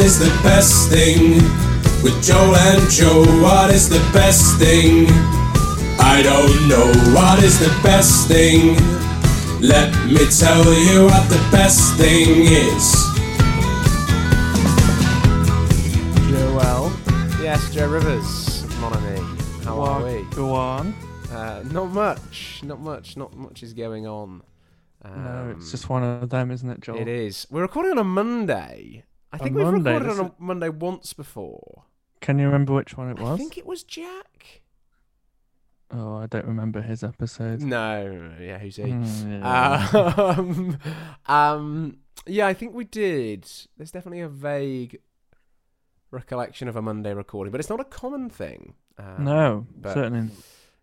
is the best thing? With Joel and Joe, what is the best thing? I don't know what is the best thing. Let me tell you what the best thing is. Joel. Yes, Joe Rivers, mon ami. How are we? Go on. Uh, not much. Not much. Not much is going on. No, Um, it's just one of them, isn't it, Joel? It is. We're recording on a Monday. I think we've Monday, recorded is on it? a Monday once before. Can you remember which one it was? I think it was Jack. Oh, I don't remember his episode. No, yeah, who's he? Mm, yeah. Hmm. Um, um, yeah, I think we did. There's definitely a vague recollection of a Monday recording, but it's not a common thing. Um, no, but- certainly.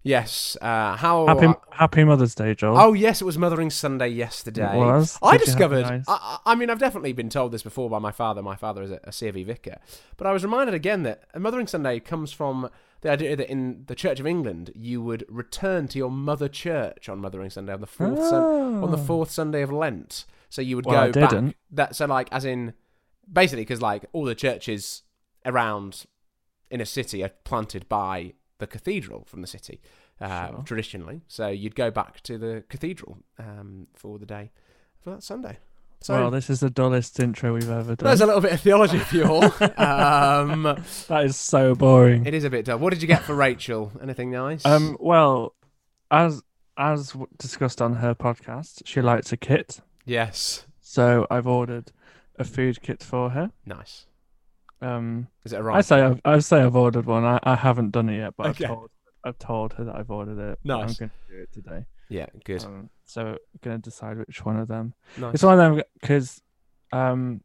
Yes. Uh, how? Happy Happy Mother's Day, Joel. Oh yes, it was Mothering Sunday yesterday. It was? I Did you have discovered. nice- I, I I mean, I've definitely been told this before by my father. My father is a, a CV vicar, but I was reminded again that Mothering Sunday comes from the idea that in the Church of England you would return to your mother church on Mothering Sunday on the fourth Sun- on the Oh. fourth Sunday of Lent. So you would Well, I go back. didn't. That so like as in basically because like all the churches around in a city are planted by the cathedral from the city uh, Sure. traditionally. So you'd go back to the cathedral um, for the day for that Sunday. So Well, this is the dullest intro we've ever done. there's a little bit of theology for you all. um, That is so boring. it is a bit dull. What did you get for Rachel? Anything nice? Um, well, as as w- discussed on her podcast, she likes a kit, yes, so I've ordered a food kit for her. nice. Um, Is it a I right? say I've, I say I've ordered one. I, I haven't done it yet, but Okay. I've told I've told her that I've ordered it. but I'm Nice. going to do it today. Yeah, good. Um, so going to decide which one of them. nice. It's one of them because, um,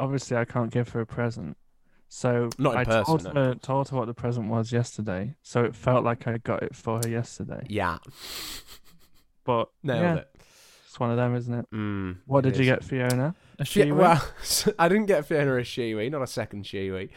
obviously I can't give her a present. So Not in I person, told no. her told her what the present was yesterday. So it felt like I got it for her yesterday. yeah, But nailed yeah, it. it's one of them, isn't it? Mm, What it did you is. get, Fiona? A Yeah, shiwi? well, I didn't get Fiona a shiwi, not a second shiwi.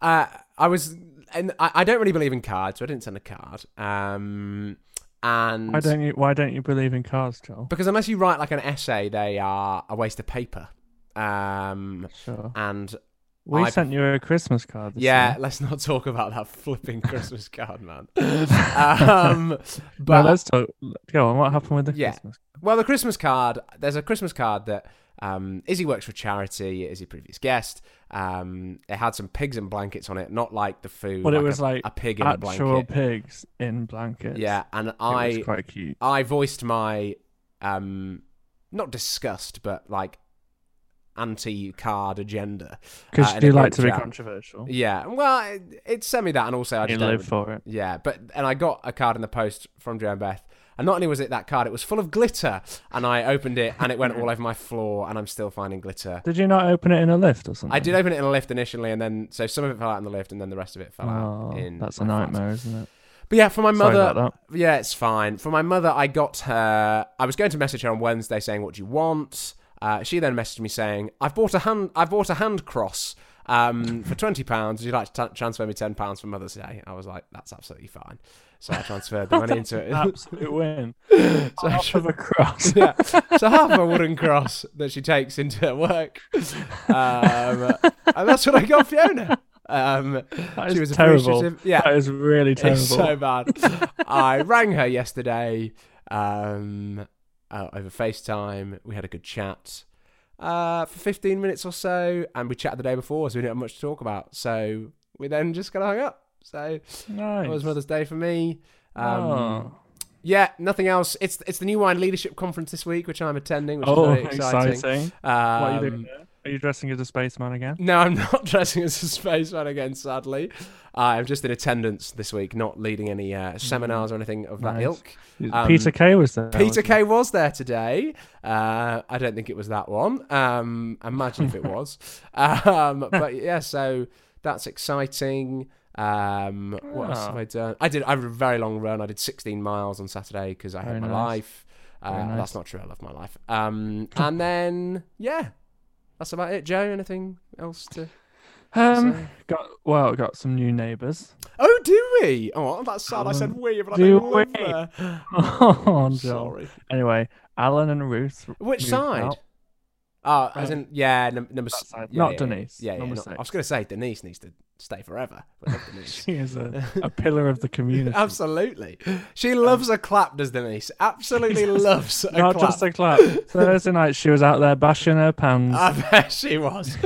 Uh, I was, and I, I don't really believe in cards, so I didn't send a card. Um, and why don't you Why don't you believe in cars, Joel? because unless you write like an essay, they are a waste of paper. Um, Sure. and We I- sent you a Christmas card. This yeah, year. let's not talk about that flipping Christmas card, man. um, but no, let's talk. Go on. What happened with the Yeah. Christmas? Well, the Christmas card. There's a Christmas card that um, Izzy works for charity. Izzy, previous guest. Um, it had some pigs and blankets on it, not like the food. Well, it a- was like a pig in a Actual blanket. pigs in blankets. yeah, and it I was quite cute. I voiced my um, not disgust, but like anti-card agenda. Because uh, in a you like group to be chat. controversial. Yeah, well, it, it sent me that, and also I You just don't live for it. Yeah, but and I got a card in the post from Joanne Beth, and not only was it that card, it was full of glitter, and I opened it, and it went all over my floor, and I'm still finding glitter. Did you not open it in a lift or something? I did open it in a lift initially, and then so some of it fell out in the lift, and then the rest of it fell Oh, out. In that's a my flat. nightmare, isn't it? But yeah, for my Sorry mother, about yeah, it's fine. For my mother, I got her. I was going to message her on Wednesday saying, "What do you want?" Uh, she then messaged me saying, "I've bought a hand. I bought a hand cross um, for twenty pounds. Would you like to t- transfer me ten pounds for Mother's Day?" I was like, "That's absolutely fine." So I transferred the money into that. it. Absolute win. So I Half of a cross. yeah, so half a wooden cross that she takes into her work, um, and that's what I got Fiona. Um, That she is was terrible. appreciative. Yeah, That is really terrible. It's so bad. I rang her yesterday um, uh, over FaceTime. We had a good chat uh, for 15 minutes or so, and we chatted the day before, so we didn't have much to talk about. So we then just kind of hung up. So nice. that was Mother's Day for me. Um, Oh, Yeah, nothing else. It's it's the New Wine Leadership Conference this week, which I'm attending, which Oh, is very exciting. exciting. Um, what are you doing there? Are you dressing as a spaceman again? no, I'm not dressing as a spaceman again, sadly. I'm just in attendance this week, not leading any Mm. uh, seminars or anything of that Nice. ilk. Um, Peter Kay was there. Peter wasn't Kay was there today. Uh, I don't think it was that one. Um, imagine if it was. Um, but yeah, so that's exciting. Um, what else have Ah. I done? I did. I did a very long run. I did 16 miles on Saturday because I hate Very my nice. life. Uh, Very nice. That's not true. I love my life. Um, and then yeah, that's about it. Joe, anything else to? he? Um, say? got well, got some new neighbours. Oh, do we? Oh, that's sad. I said Um, we, but I do don't live we? there. oh, Joel. Sorry. Anyway, Alan and Ruth. Which moved side? out. Oh, as in yeah, num- number That s- side. yeah, Not yeah, Denise, Yeah, yeah, number not- I six. was going to say Denise needs to stay forever. but not Denise. She is a, a pillar of the community. Absolutely, Um, she loves a clap, does Denise? Absolutely loves a Not clap. Ah. just a clap. Thursday night, she was out there bashing her pans. I bet she was.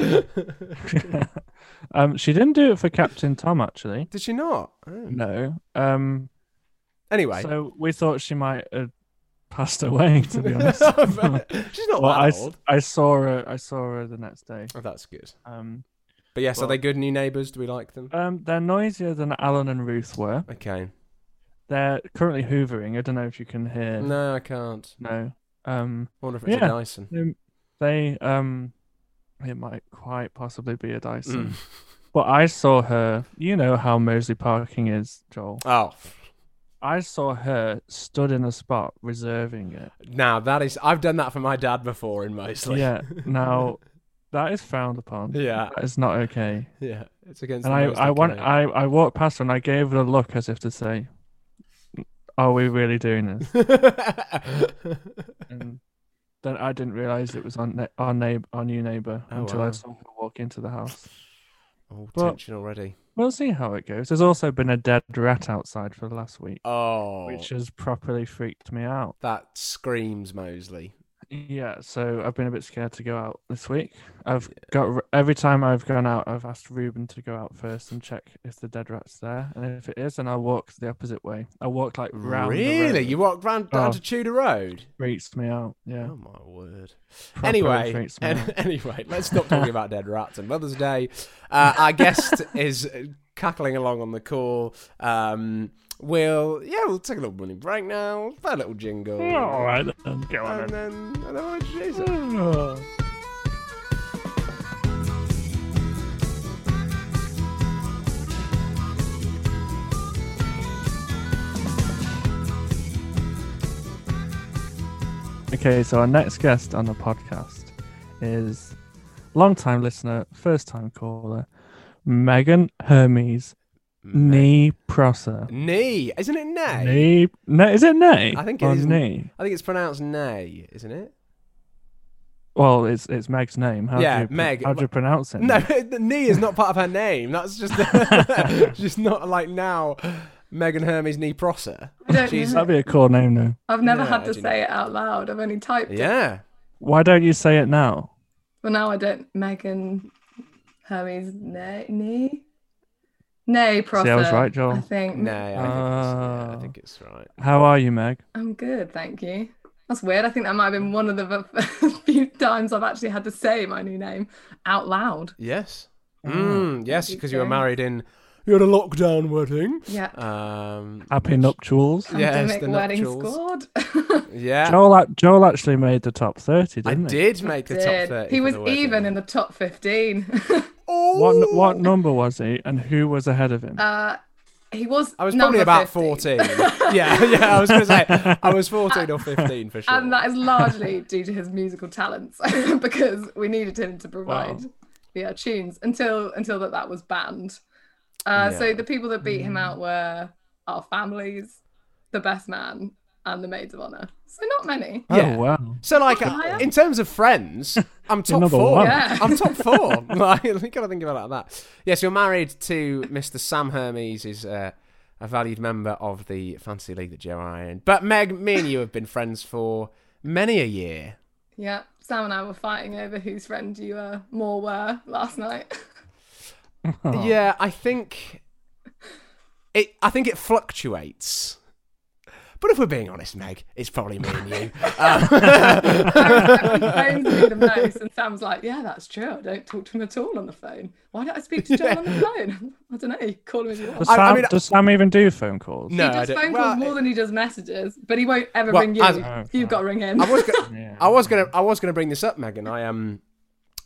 um, she didn't do it for Captain Tom, actually. Did she not? Oh. No. Um, Anyway, So we thought she might have passed away, to be honest. she's not well, I, that s- old. I saw her. I saw her the next day. Oh, that's good. Um, But yes, are Well- they good new neighbours? Do we like them? um, they're noisier than Alan and Ruth were. Okay. They're currently hoovering. I don't know if you can hear. No, I can't. No. Um, I wonder if it's Yeah. a Dyson. they, they um, it might quite possibly be a Dyson. Mm. But I saw her. You know how Moseley parking is, Joel. Oh, I saw her stood in a spot reserving it. now that is. I've done that for my dad before in Moseley. Yeah. Now, that is frowned upon. Yeah. That is not okay. Yeah. It's against. And the I, Moseley I want, code. I, I walked past her and I gave her a look as if to say, "Are we really doing this?" And then I didn't realize it was our ne- our neighbor, our new neighbor, Oh, until wow. I saw her walk into the house. oh, Well- tension already. We'll see how it goes. There's also been a dead rat outside for the last week, Oh, which has properly freaked me out. that screams Moseley. Yeah, so I've been a bit scared to go out this week. I've got got every time I've gone out, I've asked Ruben to go out first and check if the dead rat's there, and if it is, then I walk the opposite way. I walk like round. the really? road. You walked round down Oh. to Tudor Road? freaks me out. Yeah. Oh my word! Proper anyway, freaks me an- out. anyway, let's stop talking about dead rats and Mother's Day. Uh, our guest is cackling along on the call. Um, we'll yeah, we'll take a little running break now. Play a little jingle, Oh. All right, then go and on. then and then we'll introduce it. then. Okay, so our next guest on the podcast is long-time listener, first-time caller, Megan Hermes Nee Prosser. Knee, isn't it? Nay. Nee, no, is it Nee? I think it or is Nee. I think it's pronounced nay, isn't it? Well, it's it's Meg's name. How Yeah, do you, pr- Meg. How do you pronounce it? No, the knee is not part of her name. That's just just not like now. Megan Hermes knee prosser. I don't She's- even- that'd be a cool name, though. I've never Yeah, had to do you know? say it out loud. I've only typed it. Yeah. Why don't you say it now? Well, now I don't. Megan Hermes nay nay nay See, I was Prosser, right, Joel. I think. Nay, I, think it's, yeah, I Oh. think it's right. How are you, Meg? I'm good, thank you. That's weird. I think that might have been one of the v- few times I've actually had to say my new name out loud. Yes. Mm, yes, Thank Ah. you because you were very married in. You had a lockdown wedding. Yeah. Um. Happy nuptials. Yes, Pandemic the wedding nuptials. squad. Yeah. Joel, ac- Joel actually made the top thirty, I didn't he? did make the top Did. thirty. he for was the wedding. even in the top 15. Oh. What n- what number was he, and who was ahead of him? uh, he was. I was number probably about 15. fourteen. yeah, yeah. I was going to say I was fourteen or fifteen for sure. And that is largely due to his musical talents because we needed him to provide yeah tunes until until that that was banned. Yeah. Uh, Mm. So the people that beat him out were our families, the best man, and the maids of honor. So not many. yeah. Oh wow! So, like, uh, Higher? in terms of friends, I'm top number four. one. Yeah. I'm top four. like, you gotta think about that. Yes, you're married to Mr. Sam Hermes, is uh, a valued member of the fantasy league that Joe are in. But Meg, me and you have been friends for many a year. Yeah, Sam and I were fighting over whose friend you were more were last night. Oh. Yeah, I think it. I think it fluctuates. But if we're being honest, Meg, it's probably me and you. I phoned me the most, and Sam's like, "Yeah, that's true. I don't talk to him at all on the phone. Why don't I speak to Joel on the phone? I don't know. Call him if you want." Does I- I Sam, mean- does Sam even do phone calls? No, he I does don't- phone calls well, more than he does messages, but he won't ever Well, ring you. as- Oh, You've got to ring him. I was gonna, Yeah. I was gonna I was gonna bring this up, Megan. I um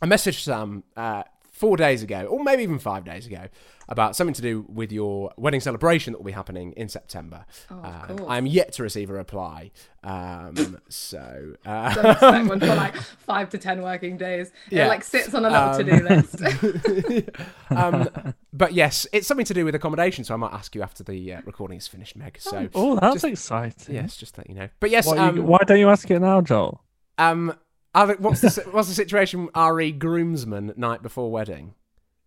I messaged Sam uh, four days ago, or maybe even five days ago, about something to do with your wedding celebration that will be happening in September. Oh, of Um, course. I am yet to receive a reply. Um, so uh, Don't expect one for like five to ten working days. Yeah. It like sits on a little Um, to-do list. um, but yes, it's something to do with accommodation. So I might ask you after the uh, recording is finished, Meg. So Oh, that's just- exciting. yes, just to let you know. But yes, Why, you- um, why don't you ask it now, Joel? um, Alec, what's the si- what's the situation? with Re groomsman night before wedding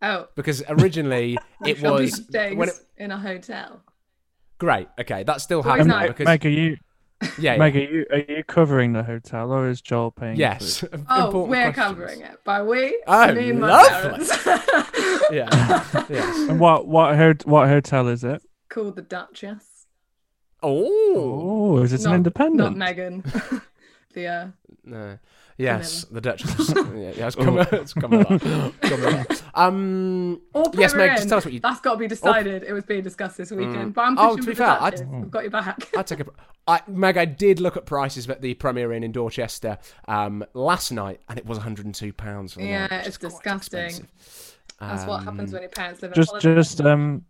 Oh, because originally it I'll be was staying when it, in a hotel. great. Okay, that's still Well, happening no. Meg, because Meg, are you yeah, Meg, are you are you covering the hotel or is Joel paying? for yes. Oh, important we're questions. covering it. By we, Oh, I mean my lovely. parents. Yeah. yes. it? And what what ho- what hotel is it? Called the Duchess. Oh. Oh, is it Not- an independent? Not Megan. the uh, No. Yes, the Duchess. yeah, yeah, it's come, it's come a lot. Come a lot. Um, or yes, Meg, Perrin. just tell us what you. That's got to be decided. It was being discussed this weekend. But I'm Oh, pushing to be for the fair, I- Duchess. I've got your back. I take a. I, Meg, I did look at prices at the Premier Inn in Dorchester um, last night, and it was 102 pounds. Yeah, night, which it's is quite disgusting. expensive. That's what Um, happens when your parents live in Just a just um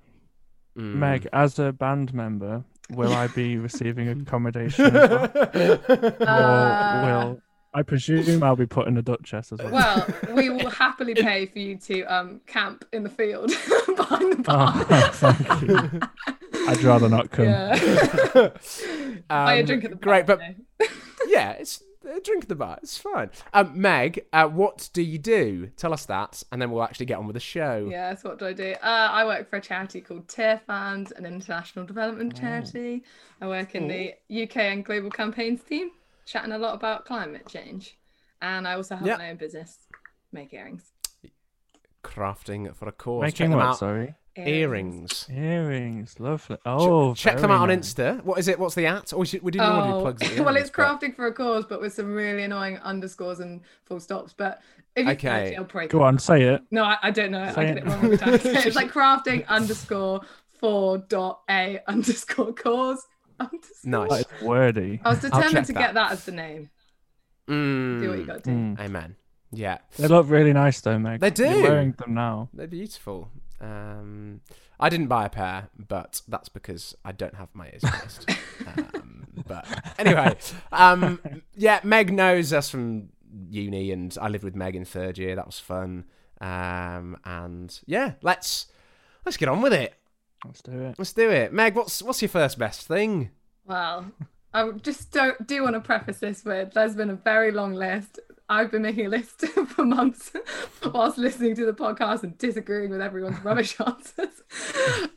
mm. Meg, as a band member, will I be receiving accommodation? as well? Uh, or will I presume I'll be put in a duchess as well? Well, we will happily pay for you to um camp in the field behind the Ah. bar. Oh, thank you. I'd rather not come. Yeah. Buy a Um, drink at the bar, Great, but you know. yeah, it's a drink at the bar. It's fine. Um, Meg, uh, what do you do? Tell us that, and then we'll actually get on with the show. Yes, what do I do? Uh, I work for a charity called Tear Fund, an international Oh. development charity. I work in the UK and global campaigns team, chatting a lot about climate change. And I also have Yeah. my own business, make earrings. Crafting for a cause. Making check them what? out. Sorry, Earrings. earrings. Lovely. Oh, check them out on very nice. Insta. What is it? What's the at? Or we, should, we didn't want to do Oh, plugs. At the well, end, it's but- crafting for a cause, but with some really annoying underscores and full stops. But if you Okay. okay. it, I'll break Go it. on, say it. No, I, I don't know. it. I Say get it. it wrong every time. it's like crafting underscore for dot a underscore cause underscore. Nice. That is wordy. I was determined check to that. get that as the name. Do what you Mm. got to do. Mm. Amen. Yeah, They look really nice though, Meg. They do. You're wearing them now. they're beautiful. Um, I didn't buy a pair, but that's because I don't have my ears pierced. um, but anyway, um, yeah, Meg knows us from uni, and I lived with Meg in third year. That was fun. Um, and yeah, let's let's get on with it. Let's do it. Let's do it. Meg, what's what's your first best thing? Well, I would just don't, do want to preface this with there's been a very long list. I've been making a list for months whilst listening to the podcast and disagreeing with everyone's rubbish answers.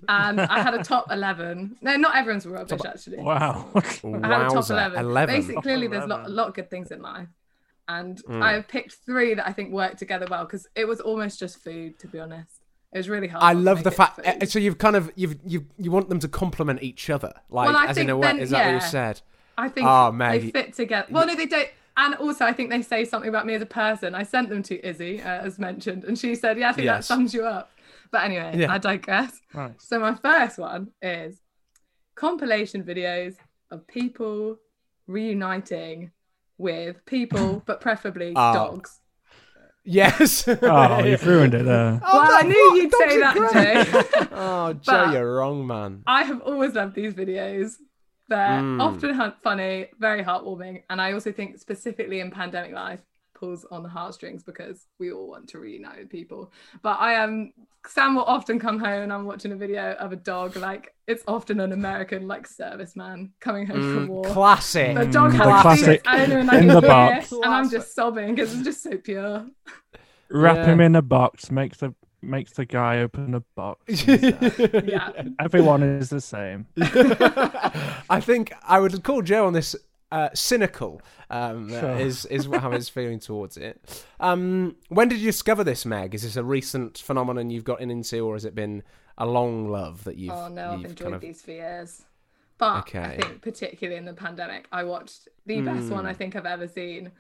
And I had a top 11. No, not everyone's were rubbish, actually. Wow. I had a top Wowza, 11. 11. Basically, clearly, there's lot, a 11. lot of good things in life. And Mm. I picked three that I think work together well because it was almost just food, to be honest. It was really hard. I not to love make the it fact. food. uh, So you've kind of you've you you want them to complement each other, like Well, I as in think a way. then- is that what you yeah. said? I think Oh, they Maggie. fit together. Well, no, they don't. And also, I think they say something about me as a person. I sent them to Izzy, uh, as mentioned, and she said, "Yeah, I think Yes. that sums you up." But anyway, Yeah. I digress. nice. So my first one is compilation videos of people reuniting with people, but preferably Oh. dogs. Yes. Oh, you've ruined it there. Oh, well, I no, knew fuck, you'd say dogs are that, Jay. great. oh, Joe, But- you're wrong, man. I have always loved these videos. They're Mm. often hun- funny, very heartwarming, and I also think specifically in pandemic life pulls on the heartstrings because we all want to reunite with people. But I am Sam will often come home and I'm watching a video of a dog like it's often an American like serviceman coming home from war. Classic. the dog Mm, has the to classic its owner and, like, in a the year, box. and I'm just sobbing because it's just so pure. Wrap Yeah. him in a box. Make the makes the guy open a box. Yeah. Everyone is the same. I think I would call Joe on this uh, cynical. Um, Sure. Is is how he's feeling towards it. Um, when did you discover this, Meg? Is this a recent phenomenon you've gotten into, or has it been a long love that you've? Oh no, I've you've enjoyed kind of- these for years. But I Okay. Hmm. think particularly in the pandemic, I watched the best one I think I've ever seen.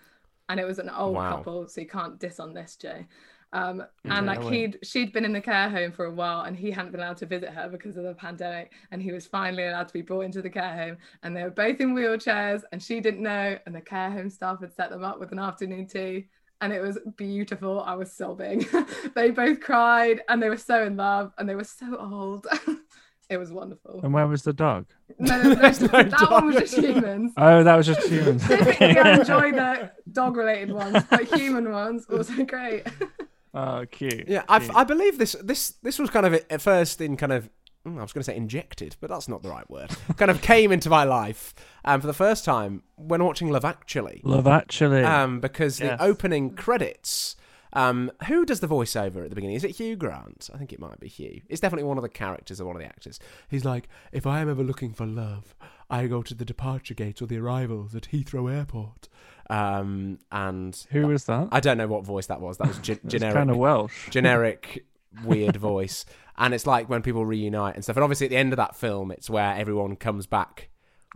And it was an old Wow. couple, so you can't diss on this, Jay. Um, and Yeah, I like won't. he'd she'd been in the care home for a while and he hadn't been allowed to visit her because of the pandemic and he was finally allowed to be brought into the care home and they were both in wheelchairs and she didn't know and the care home staff had set them up with an afternoon tea and it was beautiful i was sobbing they both cried and they were so in love and they were so old it was wonderful And where was the dog? no, no, no, that one was dog. just humans Oh, that was just humans. Typically, I enjoy the dog related ones, but human ones also great. oh, cute. Hmm. Yeah, I, I believe this. This this was kind of at first in kind of mm, I was going to say injected, but that's not the right word. kind of came into my life um, for the first time when watching Love Actually. Love Actually. Um, because Yes. the opening credits. Um, who does the voiceover at the beginning? Is it Hugh Grant? I think it might be Hugh. It's definitely one of the characters or one of the actors. He's like, if I am ever looking for love, I go to the departure gate or the arrivals at Heathrow Airport. Um, and Who was that? I don't know what voice that was. That was ge- It's uh, generic kind of Welsh. generic weird voice and it's like when people reunite and stuff and obviously at the end of that film it's where everyone comes back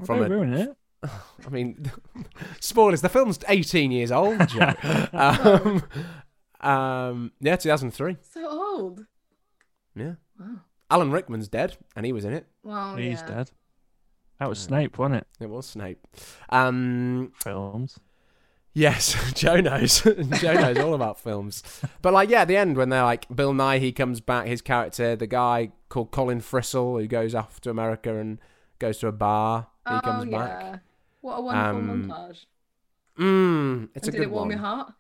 from Don't a- ruin it. i mean spoilers the film's 18 years old Joe. um, um, yeah 2003 So old. yeah Wow. alan rickman's dead and he was in it Well, He's Oh, yeah. dead. That was Snape, wasn't it? it was snape um Films. Yes, Joe knows. Joe knows all about films. But like, yeah, at the end when they're like, Bill Nye, he comes back. His character, the guy called Colin Frissell, who goes off to America and goes to a bar. He oh, comes yeah. back. What a wonderful Um, montage. Mm, it's and a did good it warm one. your heart?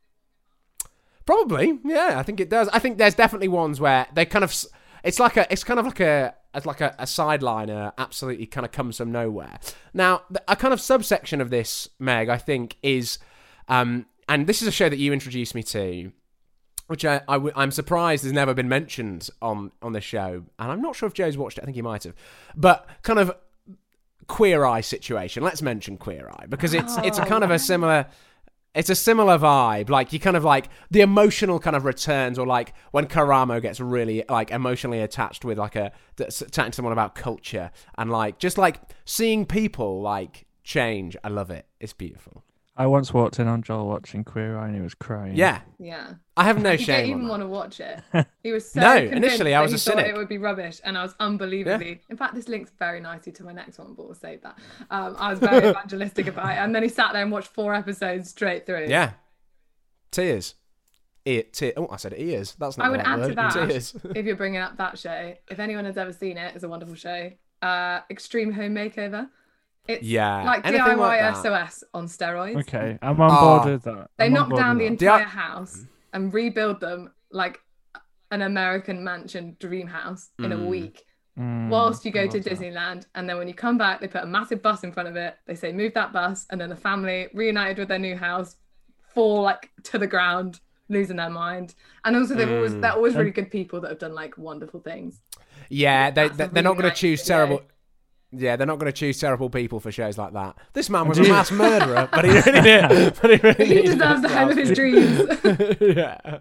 Probably, yeah. I think it does. I think there's definitely ones where they kind of, s- it's like a, it's kind of like a, it's like a, a sideliner, absolutely kind of comes from nowhere. Now, th- a kind of subsection of this, Meg, I think is, um, and this is a show that you introduced me to, which I, I w- I'm surprised has never been mentioned on on the show, and I'm not sure if Joe's watched it. I think he might have, but kind of queer eye situation. Let's mention queer eye because it's it's a Oh, kind of a similar it's a similar vibe. Like you kind of like the emotional kind of returns, or like when Karamo gets really like emotionally attached with like a that's attacking someone about culture and like just like seeing people like change. I love it. It's beautiful. I once walked in on Joel watching Queer Eye and he was crying. Yeah, Yeah. I have no You don't shame. on even that. want to watch it. He was so No, convinced initially I that was he a thought cynic. It would be rubbish, and I was unbelievably. In fact, this links very nicely to my next one, but we'll save that. Um, I was very evangelistic about it, and then he sat there and watched four episodes straight through. Yeah, tears. Ear, tear. Oh, I said ears. That's not. I the would right add to word. that Tears. if you're bringing up that show. If anyone has ever seen it, it's a wonderful show. Uh, Extreme Home Makeover. It's Yeah, like anything DIY like that. SOS on steroids. Okay, I'm on Ah. board with that. They I'm on knock board down the with that. entire Yeah. house and rebuild them like an American mansion dream house in a week. that. Mm, Whilst you I go to love that. Disneyland, and then when you come back, they put a massive bus in front of it. They say move that bus, and then the family reunited with their new house fall like to the ground, losing their mind. And also, they've always they're always really good people that have done like wonderful things. Yeah, they, That's a they they're not going really to nice choose video. terrible. Yeah, they're not going to choose terrible people for shows like that. This man was a Do you- mass murderer, but he really did. But he really He did. deserves the home of his dreams. yeah.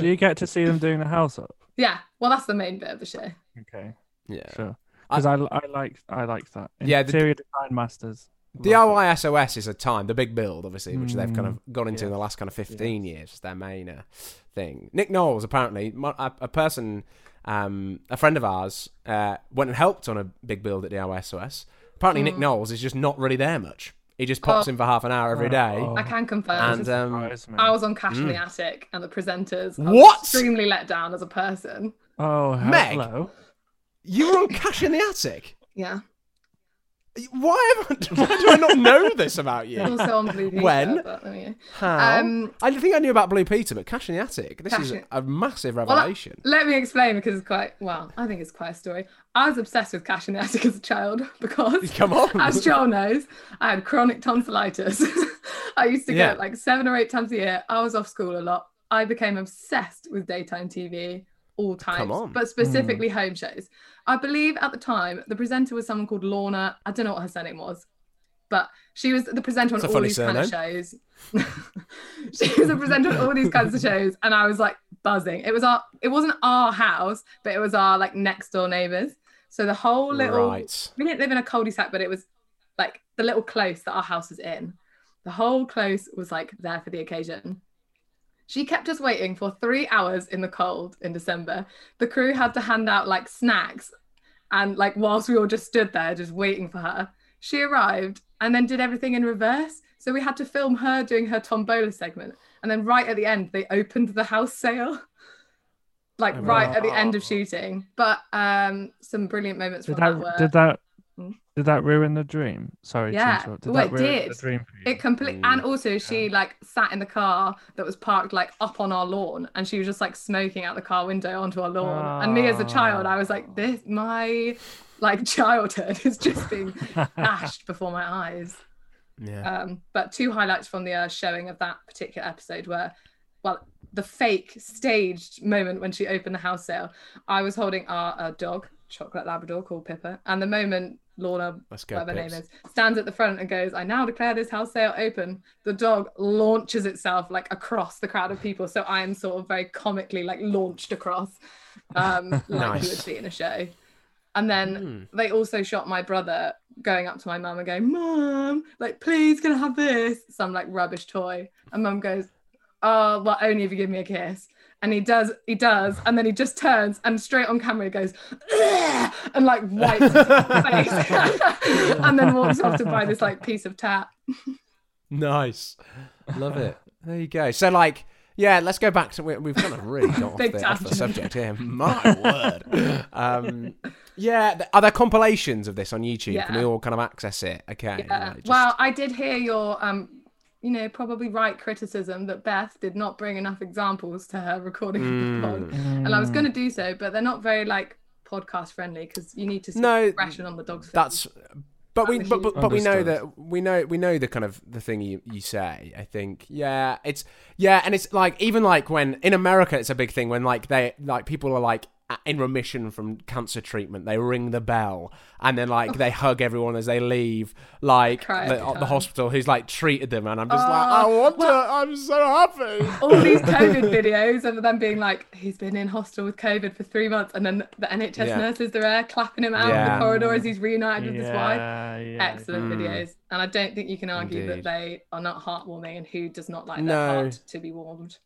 Do you get to see them doing the house up? yeah, well, that's the main bit of the show. Okay, Yeah. sure. Because I, I like I like that. Yeah, the- interior design masters. Love that. DIY SOS is a time, the big build, obviously, which they've kind of Mm. gone into in the yes, last kind of 15 years. It's their main uh, thing. Nick Knowles, apparently, mo- a, a person, um, a friend of ours, uh, went and helped on a big build at DIY SOS. Apparently, Nick Knowles is just not really there much. He just pops Mm. Oh. in for half an hour every day. Oh. I can confirm. And um, Surprised me. I was on Cash in the Attic, and the presenters. I was Mm. What? Extremely let down as a person. Oh, Meg. hello. you were on Cash in the Attic. Yeah. Why, am I, why do I not know this about you? Also on Blue Peter. When? but there we go. How? Um, I think I knew about Blue Peter, but Cash in the Attic. This Cash is in- a massive Well, I- revelation. let me explain because it's quite well. I think it's quite a story. I was obsessed with Cash in the Attic as a child because, Come on. as Joel knows, I had chronic tonsillitis. I used to Yeah. get like seven or eight times a year. I was off school a lot. I became obsessed with daytime TV, all on. times, but specifically home shows. I believe at the time the presenter was someone called Lorna. I don't know what her surname was, but she was the presenter on It's a all funny these kind of shows. she was a presenter on all these kinds of shows, and I was like buzzing. It was our, it wasn't our house, but it was our like next door neighbors. So the whole little, Right. we didn't live in a cul-de-sac, but it was like the little close that our house was in. The whole close was like there for the occasion. She kept us waiting for three hours in the cold in December. The crew had to hand out like snacks and like whilst we all just stood there just waiting for her she arrived and then did everything in reverse so we had to film her doing her tombola segment and then right at the end they opened the house sale Oh, like right at the end of shooting but um some brilliant moments Did from that, that were did that Did that ruin the dream? Sorry, Yeah. to interrupt. Oh, Did that it ruin did. the dream for you? It complete and also she like sat in the car that was parked like up on our lawn and she was just like smoking out the car window onto our lawn. And me as a child, I was like, this my like childhood is just being dashed before my eyes. Yeah. Um, but two highlights from the uh, showing of that particular episode were, well, the fake staged moment when she opened the house sale. I was holding our uh, dog, chocolate Labrador called Pippa, and the moment Lorna, Let's go, whatever her name Pips. is, stands at the front and goes, "I now declare this house sale open." The dog launches itself like across the crowd of people, so I am sort of very comically like launched across, um, like you would Nice. see in a show. And then they also shot my brother going up to my mum and going, Mum, like, please can I have this? Some like rubbish toy. And mum goes, Oh, well, only if you give me a kiss. And he does, he does. And then he just turns and straight on camera he goes, "Ugh," and like wipes his face and then walks off to buy this like piece of tat. Nice. Love it. There you go. So, like, yeah, let's go back to we, we've kind of really got off, Big the, off the tangent. subject here. My word. Um, yeah. th- Are there compilations of this on YouTube? Can we Yeah. all kind of access it? Okay. Yeah. like, just- Well, I did hear your um you know, probably right criticism that Beth did not bring enough examples to her recording Mm. of the vlog. And I was going to do so, but they're not very like podcast friendly because you need to see No, no, expression on the dog's face. that's. But we, but, but, but we know Understood. that we know we know the kind of the thing you, you say. I think, yeah, it's yeah, and it's like even like when in America it's a big thing when like they like people are like a- in remission from cancer treatment, they ring the bell and then like they hug everyone as they leave, like Cry the, every the time. hospital who's like treated them, and I'm just like, Ah, Oh, I want well- to, I'm so happy. all these COVID videos of them being like, he's been in hospital with COVID for three months, and then the NHS Yeah. nurses are there clapping him out in Yeah. Mm. the corridor as he's reunited with his wife. Yeah, yeah. Excellent videos, and I don't think you can argue Indeed. that they are not heartwarming. And who does not like their No. heart to be warmed?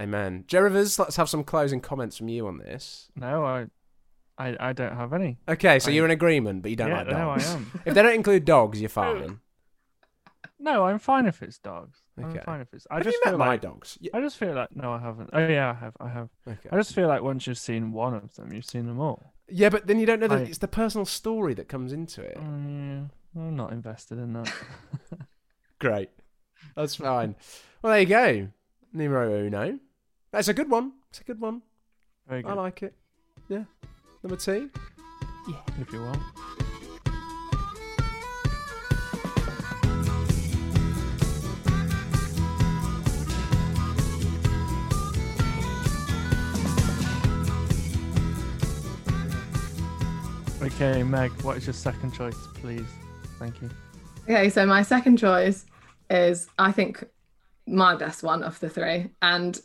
Amen. Joe Rivers, let's have some closing comments from you on this. No, I, I, I don't have any. Okay, so I- you're in agreement, but you don't yeah, like dogs. no, I am. If they don't include dogs, you're fine. No, I'm fine if it's dogs. Okay. I'm fine if it's. I Have just you met feel my like. dogs? Yeah. I just feel like no, I haven't. Oh yeah, I have. I have. Okay. I just feel like once you've seen one of them, you've seen them all. Yeah, but then you don't know that Like- it's the personal story that comes into it. Mm, yeah, I'm not invested in that. Great. That's fine. well, there you go. Numero uno. That's a good one. It's a good one. Very good. I like it. Yeah. Number two. If you want. Okay, Meg, what is your second choice, please? Thank you. Okay, so my second choice is I think my best one of the three. And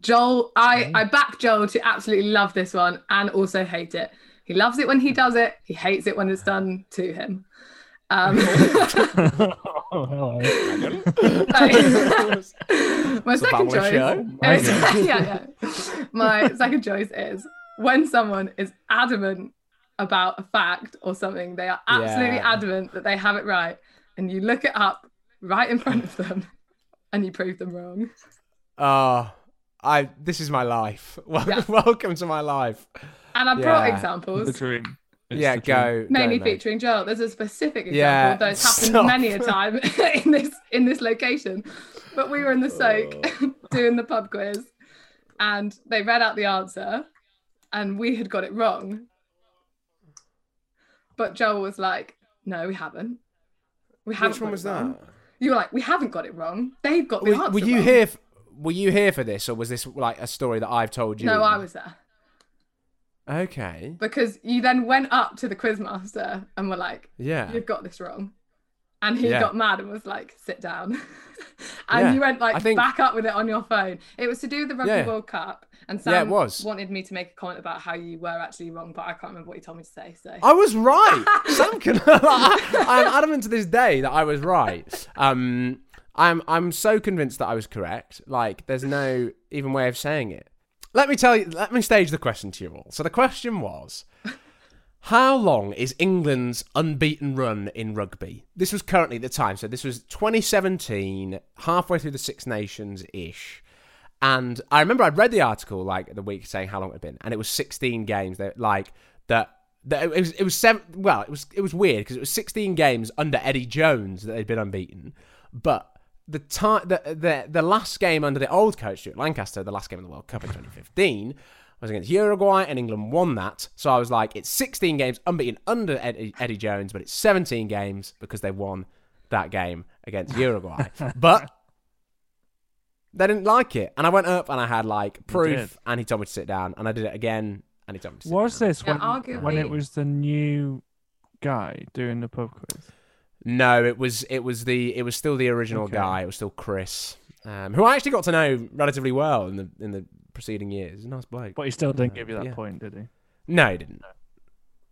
Joel, I, I back Joel to absolutely love this one and also hate it. He loves it when he does it, he hates it when it's done to him. Um, Oh, hello. my a second family choice. show. is- yeah, yeah. My second choice is when someone is adamant about a fact or something, they are absolutely Yeah. adamant that they have it right, and you look it up right in front of them, and you prove them wrong. Ah, I. This is my life. Wel- Yeah. Welcome to my life. And I brought Yeah. The examples. dream. yeah, go. Mainly go, mate. featuring Joel. There's a specific example Yeah, of those happened stop. many a time in this in this location. But we were in the soak Oh. doing the pub quiz, and they read out the answer, and we had got it wrong. But Joel was like, "No, we haven't. We haven't." Which one got was it wrong." that? You were like, "We haven't got it wrong. They've got the Were, answer." were you wrong." here? f- were you here for this, or was this like a story that I've told you? No, I was there Okay. because you then went up to the quizmaster and were like, Yeah. you've got this wrong. And he Yeah. got mad and was like, sit down. and Yeah, you went I like think- back up with it on your phone. It was to do with the Rugby Yeah. World Cup. And Sam Yeah, it was. wanted me to make a comment about how you were actually wrong, but I can't remember what he told me to say. So I was right. Sam can. I, I'm adamant to this day that I was right. Um, I'm I'm so convinced that I was correct. Like, there's no even way of saying it. Let me tell you. Let me stage the question to you all. So the question was. How long is England's unbeaten run in rugby? This was currently the time. So this was 2017, halfway through the Six Nations ish. And I remember I'd read the article like the week saying how long it had been, and it was 16 games. That like that that it was it was seven. Well, it was it was weird because it was 16 games under Eddie Jones that they'd been unbeaten, but the time the, the the last game under the old coach Stuart Lancaster, the last game of the World Cup in 2015. Was against Uruguay and England won that, so I was like, it's 16 games unbeaten under Eddie, Eddie Jones, but it's 17 games because they won that game against Uruguay. but they didn't like it, and I went up and I had like did. proof, and he told me to sit down, and I did it again, and he told me to sit Was down. this Yeah, when, when it arguably- was the new guy doing the pub quiz? No, it was it was the it was still the original Okay. guy. It was still Chris, um, who I actually got to know relatively well in the in the preceding years. He's a nice bloke. But he still didn't Uh, give you that yeah. point, did he? No, he didn't.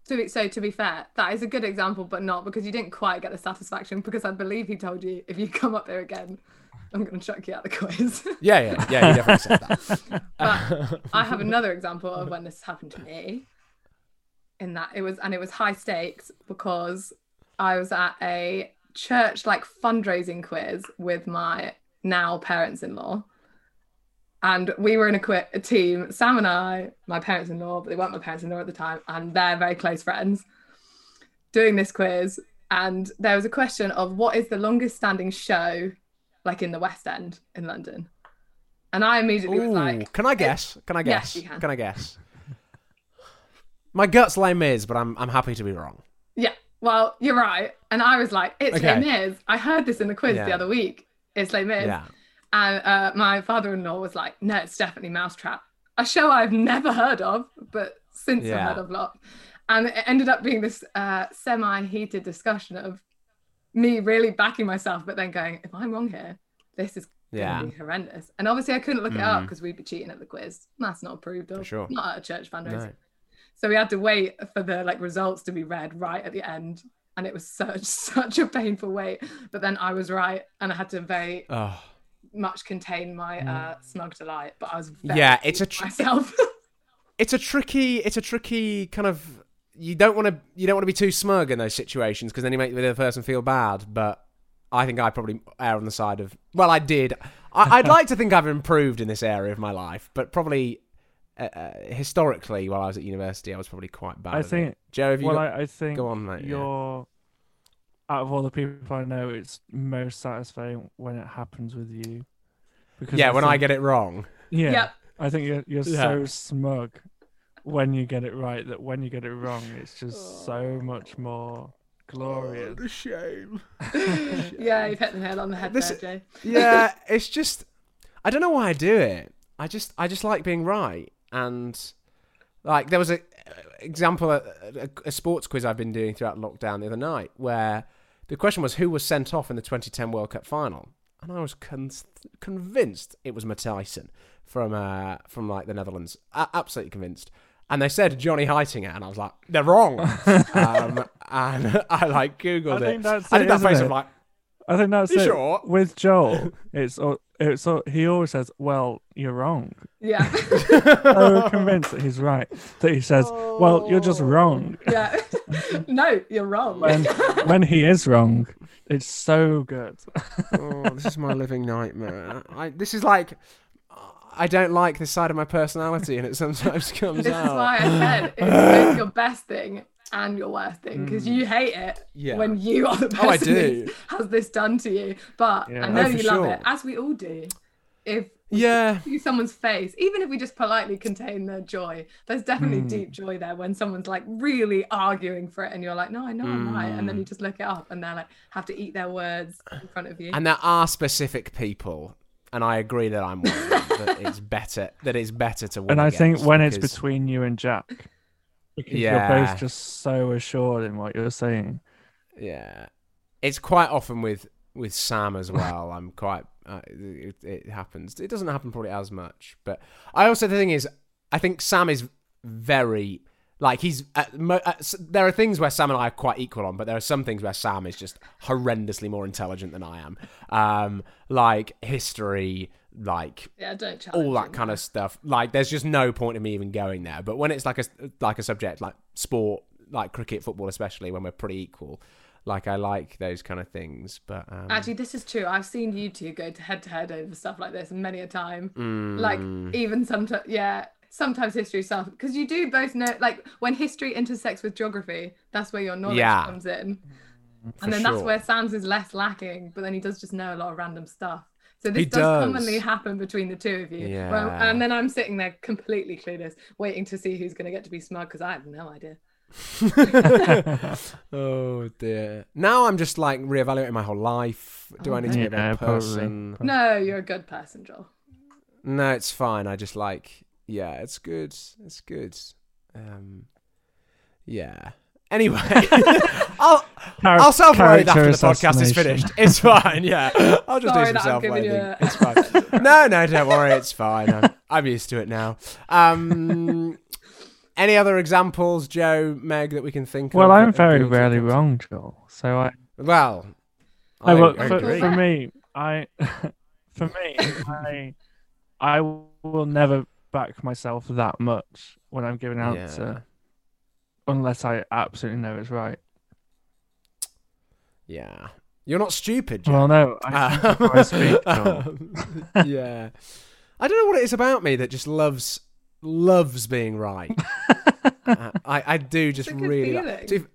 To be, so to be fair, that is a good example, but not because you didn't quite get the satisfaction. Because I believe he told you if you come up there again, I'm going to chuck you out the quiz. Yeah, yeah, yeah. He definitely said that. But I have another example of when this happened to me. In that it was, and it was high stakes because I was at a church like fundraising quiz with my now parents in law. And we were in a, qu- a team, Sam and I, my parents in law, but they weren't my parents in law at the time, and they're very close friends, doing this quiz. And there was a question of what is the longest standing show, like in the West End in London? And I immediately was Ooh, like, can I guess? Can I Yes, guess? you can. I guess? My guts lame is, but I'm I'm happy to be wrong. Yeah, well, you're right. And I was like, it's Okay. Les Mis. I heard this in the quiz the Yeah. other week. It's Les Mis. Yeah. And uh, my father-in-law was like, no, it's definitely Mousetrap. A show I've never heard of, but since I've Yeah. heard of a lot. And it ended up being this uh, semi-heated discussion of me really backing myself, but then going, if I'm wrong here, this is going to Yeah. be horrendous. And obviously I couldn't look it up Mm. because we'd be cheating at the quiz. That's not approved of. sure. Not at a church fundraiser. No. So we had to wait for the like results to be read right at the end. And it was such such a painful wait. But then I was right and I had to very Oh. much contain my uh smug delight. But I was very Mm. Yeah, it's a pleased tr- with myself. it's a tricky it's a tricky kind of you don't want to you don't want to be too smug in those situations because then you make the other person feel bad but i think i probably err on the side of well i did I, i'd like to think i've improved in this area of my life but probably uh, uh, historically while i was at university i was probably quite bad I at it. think. joe have you Well, got, I, I think go on mate yeah. you're out of all the people I know, it's most satisfying when it happens with you. Because yeah, when i think- get it wrong yeah, Yep. I think you're you're Yeah. so smug when you get it right that when you get it wrong, it's just so much more glorious. shame yeah, you've hit the nail on the head This- there, Jay. yeah, it's just I don't know why I do it. I just I just like being right and like there was a a example a, a, a sports quiz I've been doing throughout lockdown the other night where the question was who was sent off in the 2010 World Cup final and I was con- convinced it was Matt Tyson from uh, from like the Netherlands A- absolutely convinced and they said Johnny Heitinger and I was like they're wrong um, and I like googled I it think that's I it, did that isn't face it? of like I think that's You it. sure? With Joel, it's al- it's al- he always says, "Well, you're wrong." Yeah. I am convinced that he's right. That he says, "Well, you're just wrong." yeah. no, you're wrong. When when he is wrong, it's so good. oh, this is my living nightmare. I, this is like, I don't like this side of my personality, and it sometimes comes This out. is why I said it's both your best thing and your worst thing because you hate it Mm. Yeah. when you are the person Oh, I who do. has this done to you. But Yeah. I know Oh, for you love it, sure. as we all do. If we Yeah. see someone's face, even if we just politely contain their joy, there's definitely Hmm. Mm. deep joy there when someone's like really arguing for it, and you're like, "No, I know I'm right," and Hmm. then you just look it up, and they're like, have to eat their words in front of you. And there are specific people, and I agree that I'm one. of them, that it's better. That it's better to. Win And I think against, when it's because- between you and Jack, because you're Yeah. both just so assured in what you're saying. yeah, it's quite often with with Sam as well. I'm quite. Uh, it, it happens. It doesn't happen probably as much, but I also the thing is, I think Sam is very like he's at mo- at, s- there are things where Sam and I are quite equal on, but there are some things where Sam is just horrendously more intelligent than I am. Um, like history, like yeah, don't challenge all that him. kind of stuff. Like, there's just no point in me even going there. But when it's like a like a subject like sport, like cricket, football, especially when we're pretty equal, like I like those kind of things. But um, Actually, this is true. I've seen Mm. you two go to head to head over stuff like this many a time. Like even sometimes, yeah. sometimes history stuff because you do both know like when history intersects with geography that's where your knowledge Yeah. comes in For and then that's sure. where Sans is less lacking, but then he does just know a lot of random stuff. So this He does, does. commonly happen between the two of you. Well, Yeah. and then I'm sitting there completely clueless, waiting to see who's going to get to be smug because I have no idea. oh dear. Now I'm just like reevaluating my whole life. Do Oh, I need to be a Yeah, better probably. person? No, you're a good person, Joel. No, it's fine. I just like yeah, it's good. It's good. Um yeah. Anyway, I'll Char- I'll self character after the podcast is assassination. finished. It's fine. Yeah, I'll just Sorry do some that I've self given you loathing. a- It's fine. no, no, don't worry. It's fine. I'm, I'm used to it now. Um, any other examples, Joe, Meg, that we can think of? Well, I'm of very good rarely examples? wrong, Joel. So I Well, I, No, but I for, agree. for me, I for me, I I will never back myself that much when I'm giving an Yeah. answer, unless I absolutely know it's right. yeah, you're not stupid, Joe. Well, no, I Um, think before I speak. Joel. um, yeah, I don't know what it is about me that just loves loves being right. I, I I do just a good really. like- feeling. so if-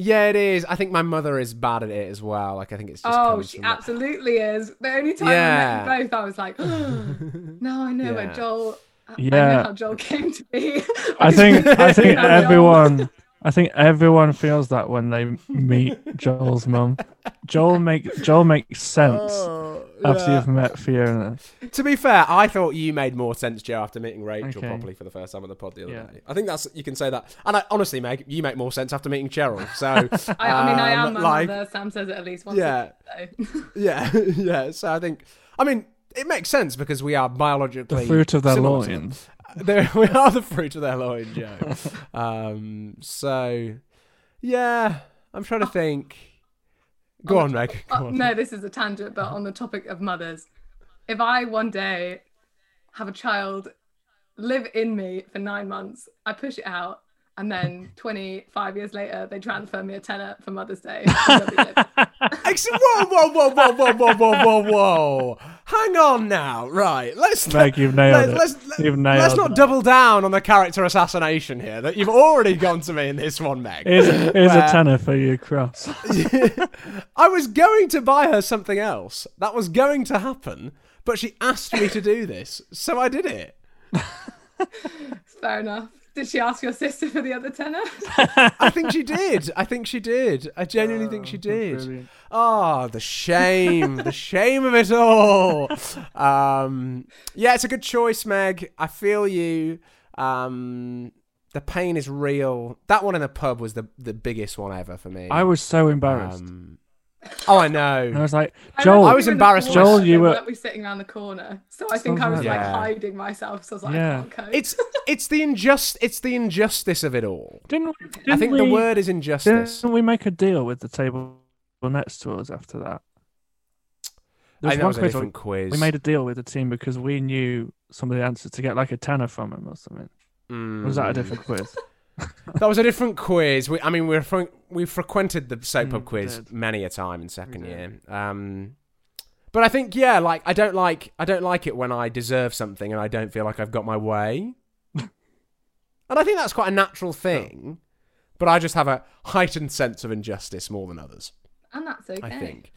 yeah, it is. I think my mother is bad at it as well. Like I think it's just. oh, comes she from that. absolutely is. The only time I Yeah. met you both, I was like, now I know where Yeah. Joel. I- I know Yeah. how Joel came to be. I think I think Carry on. everyone I think everyone feels that when they meet Joel's mum. Joel make Joel makes sense Oh, after yeah. you've met Fiona. To be fair, I thought you made more sense, Joe, after meeting Rachel Okay. properly for the first time on the pod the other Yeah. day. I think that's you can say that. And I, honestly, Meg, you make more sense after meeting Cheryl. So I, I mean, I am um, my like, mother. Sam says it at least once. yeah. A day, so. Yeah, yeah. So I think, I mean, it makes sense because we are biologically The fruit of their similar to loins. them. They're- we are the fruit of their loins, Joe. um, so yeah, I'm trying to think. Go on, Meg. Go Uh, on. no, this is a tangent, but on the topic of mothers, if I one day have a child live in me for nine months, I push it out, and then 25 years later, they transfer me a tenner for Mother's Day. and they'll be like, Ex- whoa, whoa, whoa, whoa, whoa, whoa, whoa, whoa, whoa! Hang on now, right? Let's Meg, you've nailed let's, it. Let's, You've let's nailed not it. double down on the character assassination here. That you've already gone to me in this one, Meg. Here's, here's Where- a tenner for you, Cross. I was going to buy her something else. That was going to happen, but she asked me to do this, so I did it. Fair enough. Did she ask your sister for the other tenner? I think she did. I think she did. I genuinely think Oh, she did. Ah, the shame, the shame of it all. Um, yeah, it's a good choice, Meg. I feel you. Um, the pain is real. That one in the pub was the the biggest one ever for me. I was so embarrassed. Um, oh, I know. I was like, I Joel, remember I was you were in the embarrassed corner, Joel, you they were- weren't we sitting around the corner, so I think I was Something like like that. hiding myself. So I was like, Yeah. I can't cope. It's it's the injust it's the injustice of it all. didn't, we- I didn't think we, the word is injustice. Didn't we make a deal with the table next to us after that? There I was think that one was a quiz different quiz. we made a deal with the team because we knew some of the answers to get like a tenner from him or something. Mm. Was that a different quiz? That was a different quiz. We, I mean, we fre- we frequented the soap Mm, pub we quiz did. many a time in second We year. did. Um, but I think yeah, like I don't like I don't like it when I deserve something and I don't feel like I've got my way. and I think that's quite a natural thing, but I just have a heightened sense of injustice more than others. and that's okay. I think.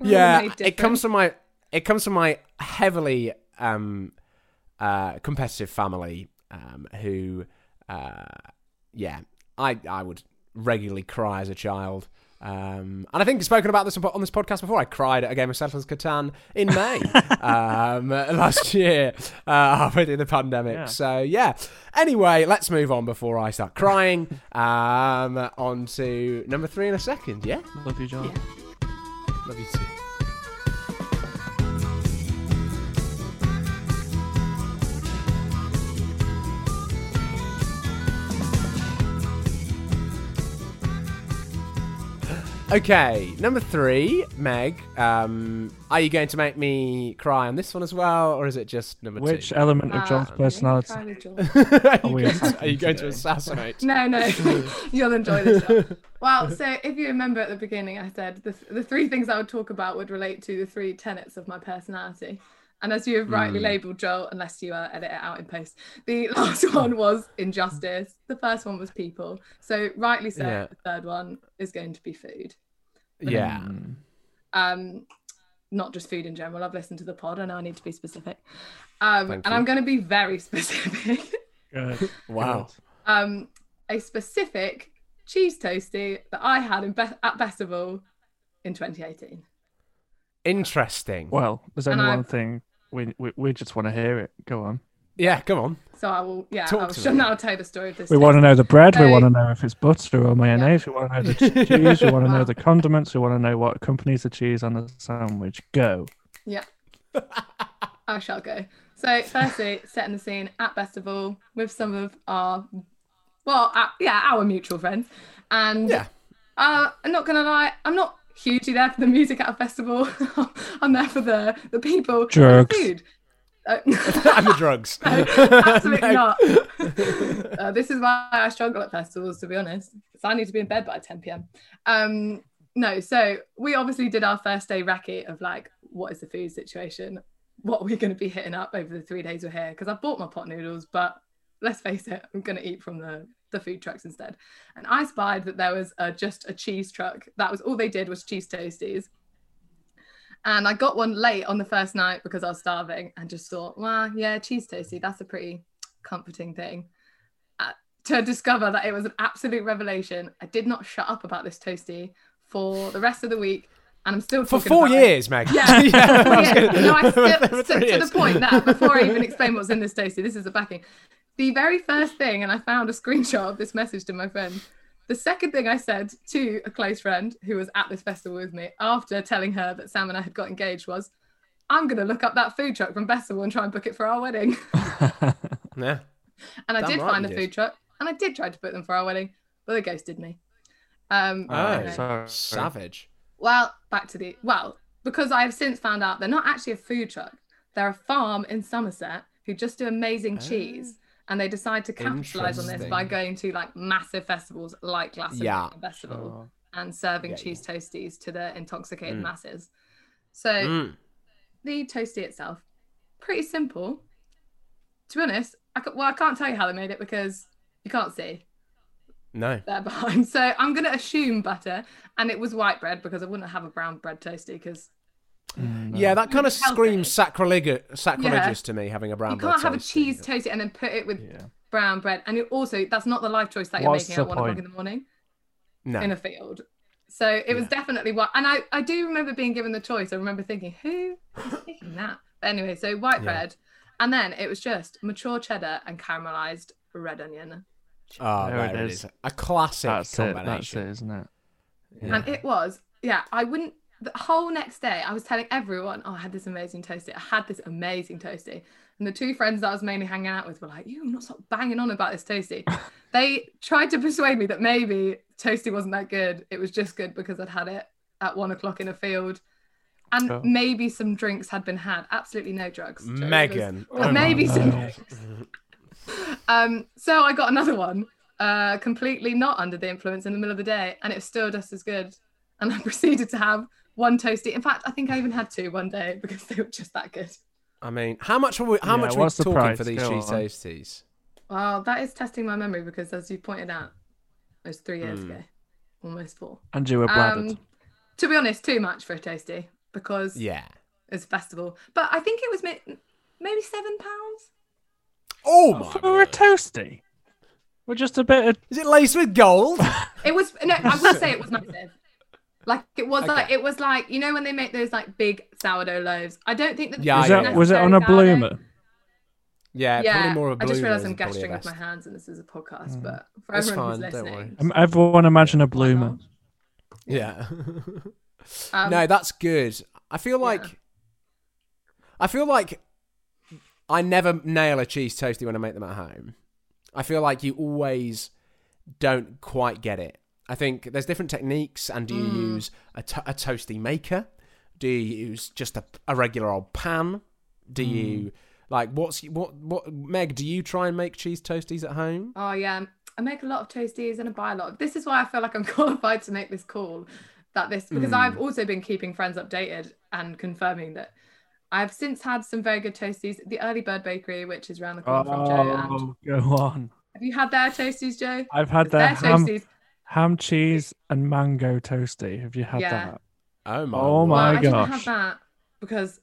We're all yeah, made it different. comes from my it comes from my heavily um, uh, competitive family um, who, uh, yeah, I I would regularly cry as a child. Um, and I think I've spoken about this on this podcast before. I cried at a game of Settlers of Catan in May um, last year, uh, halfway through the pandemic. Yeah. So yeah. Anyway, let's move on before I start crying. um, on to number three in a second. Yeah. Love you, Joel. Love you too. Okay, number three, Meg. Um, are you going to make me cry on this one as well, or is it just number Which two? element Uh, of Joel's okay, personality? try with Joel. are, you we going to, are you going attacking to today? assassinate? No, no, you'll enjoy this. Job. Well, so if you remember at the beginning, I said the, the three things I would talk about would relate to the three tenets of my personality. And as you have Mm. rightly labelled, Joel, unless you uh, edit it out in post, the last one was injustice. The first one was people. So rightly said, Yeah. the third one is going to be food. Hmm. Yeah. mm. Um, not just food in general. I've listened to the pod and I need to be specific. Um, Thank and you. I'm going to be very specific. Good. Wow. Good. um, a specific cheese toastie that I had in Be- at Festival in 2018. Interesting. Well, there's And only I've- one thing. We, we, we just want to hear it. Go on. yeah, come on. So I will, yeah, Talk I will, to show, me. I'll tell the story of this. We want to know the bread. We So- want to know if it's butter or mayonnaise. We want to know the che- cheese. We want to know the condiments. We want to know what accompanies the cheese on the sandwich. Go. Yeah. I shall go. So, firstly, setting the scene at Festival with some of our, well, uh, yeah, our mutual friends. And Yeah. uh, I'm not going to lie, I'm not hugely there for the music at a festival. I'm there for the, the people and the Drugs. food. Uh, and the drugs. absolutely No. not. Uh, this is why I struggle at festivals, to be honest. So I need to be in bed by 10 p.m. Um, no, so we obviously did our first day recce of like, what is the food situation? What are we going to be hitting up over the three days we're here? Because I bought my pot noodles, but let's face it, I'm going to eat from the, the food trucks instead. And I spied that there was uh, just a cheese truck. That was all they did was cheese toasties. And I got one late on the first night because I was starving and just thought, well, yeah, cheese toastie, that's a pretty comforting thing. Uh, to discover that it was an absolute revelation. I did not shut up about this toastie for the rest of the week. And I'm still For talking four about it. years, Meg. Yeah. I was Yeah. gonna- No, I For still three stick to the years. point that before I even explain what's in this toasty, this is the backing. The very first thing, and I found a screenshot of this message to my friend. The second thing I said to a close friend who was at this festival with me after telling her that Sam and I had got engaged was, I'm going to look up that food truck from Festival and try and book it for our wedding. Oh, Yeah. And I Damn did right find you a did. food truck and I did try to book them for our wedding, but they ghosted me. Um, Oh, you know. sorry. Savage. Well, back to the well, because I have since found out they're not actually a food truck. They're a farm in Somerset who just do amazing cheese, and they decide to capitalize on this by Oh. Interesting. going to like massive festivals like Glastonbury Yeah. Festival Oh, and serving Yeah, cheese toasties to the intoxicated Mm. masses. So Mm. the toastie itself, pretty simple. To be honest, I c- well I can't tell you how they made it because you can't see No. they're behind. So I'm going to assume butter, and it was white bread because I wouldn't have a brown bread toasty because no. Yeah, that kind of Healthy. screams sacrileg- sacrilegious to me. Having a brown you bread can't have a toastie. cheese toasty and then put it with Yeah. brown bread. And it also, that's not the life choice that What's you're making the at one o'clock point? in the morning No. in a field. So it was Yeah. definitely what, and I, I do remember being given the choice. I remember thinking, who is picking that? But anyway, so white Yeah. bread, and then it was just mature cheddar and caramelized red onion, Oh, There there, it it is. is. A classic That's it. That's combination. it, isn't it? and it was, yeah, I wouldn't. The whole next day, I was telling everyone, "Oh, I had this amazing toasty. I had this amazing toasty." And the two friends that I was mainly hanging out with were like, "You not stop banging on about this toasty." they tried to persuade me that maybe toasty wasn't that good. It was just good because I'd had it at one o'clock in a field, and Oh. maybe some drinks had been had. Absolutely no drugs. Joe. It was- Megan. but Oh my maybe some God. drinks. um, so I got another one, uh, completely not under the influence in the middle of the day, and it was still just as good. And I proceeded to have one toasty. In fact, I think I even had two one day because they were just that good. I mean, how much were we, how Yeah, much were we what's the talking price? for these Go cheese on. toasties? Well, that is testing my memory because, as you pointed out, it was three years Hmm. ago, almost four. And you were bladdered. Um, to be honest, too much for a toasty because Yeah. it's a festival. But I think it was ma- maybe seven pounds. Oh my! For a toasty. We're just a bit of Is it laced with gold? It was no, I would say it was massive. Like it was Okay. like it was like you know when they make those like big sourdough loaves. I don't think that Yeah, Was, yeah, that, yeah. was it on a necessarily sourdough. bloomer? yeah, Yeah, probably more of a I just bloomer realised I'm is probably a gesturing with my best. hands and this is a podcast, Mm. but for It's everyone fine, who's don't worry. listening, Um, Everyone imagine a bloomer. Yeah. Um, no, that's good. I feel yeah. like I feel like I never nail a cheese toasty when I make them at home. I feel like you always don't quite get it. I think there's different techniques, and do you use a, to- a toasty maker? Do you use just a, a regular old pan? Do you like what's what what Meg? Do you try and make cheese toasties at home? Oh yeah, I make a lot of toasties and I buy a lot. Of, this is why I feel like I'm qualified to make this Hmm. call. That this because I've also been keeping friends updated and confirming that I've since had some very good toasties at the Early Bird Bakery, which is round the corner from Joe. And Oh, go on. have you had their toasties, Joe? I've had their that ham, toasties. ham cheese and mango toasty. Have you had Yeah. that? Oh my. Oh well, my word. I didn't gosh. have that because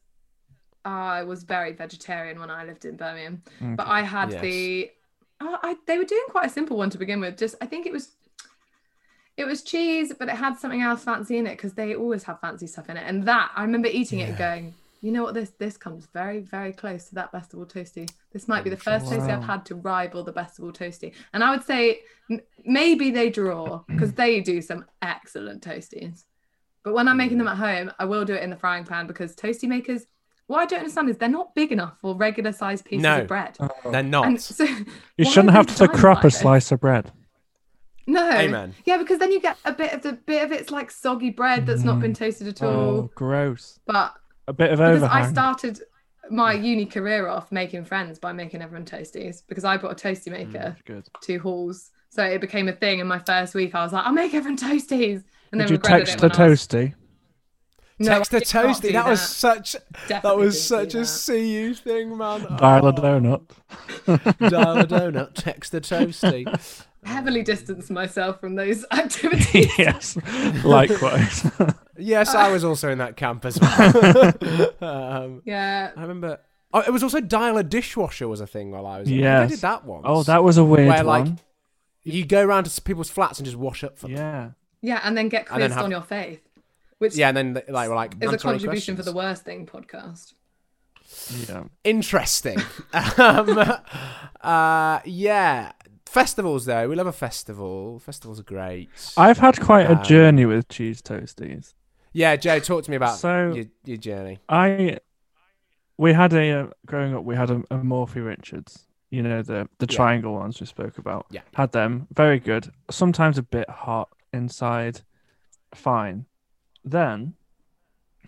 I was very vegetarian when I lived in Birmingham. Mm, But I had Yes. the, oh, I, they were doing quite a simple one to begin with. Just I think it was, it was cheese, but it had something else fancy in it because they always have fancy stuff in it. And that I remember eating it and going, you know what, this this comes very very close to that best of all toasty. This might be the first toasty I've Wow. had to rival the best of all toasty. And I would say m- maybe they draw because they do some excellent toasties. But when I'm making Mm. them at home, I will do it in the frying pan because toasty makers, what I don't understand is they're not big enough for regular sized pieces No. of bread. They're not. And so you why shouldn't are have they to designed crop like a this? slice of bread. No. Amen. Yeah, because then you get a bit of the bit of it's like soggy bread that's not been toasted at all. Oh, gross. But A bit of because overhang. I started my uni career off making friends by making everyone toasties because I bought a toasty maker Mm, Good. two halls. So it became a thing. And my first week, I was like, I'll make everyone toasties. And then Did you regretted text it the when I was- toasty? No, I Text a did not toasty. do That, was such. that Definitely was didn't such do a that. CU thing, man. Dial a Oh. donut. Dial a donut. Text a toasty. heavily distanced myself from those activities. yes. Likewise. yes, I was also in that camp as well. um, yeah. I remember. Oh, it was also dial a dishwasher was a thing while I was. in- I, think I Yes. did that once. oh, that was a weird Where, like, one. You go around to people's flats and just wash up for them. Yeah. Yeah. And then get And quizzed then have- on your faith, which Yeah, and then they- like we're like is a answer any contribution for questions. the worst thing podcast. Yeah. interesting. um, uh, yeah, festivals though. We love a festival. Festivals are great. I've had quite a Um, journey with cheese toasties. yeah, Joe, talk to me about So- your, your journey. I we had a uh, growing up we had a, a Morphy Richards, you know the the Yeah. triangle ones we spoke about. Yeah. Had them, very good. Sometimes a bit hot inside, fine. Then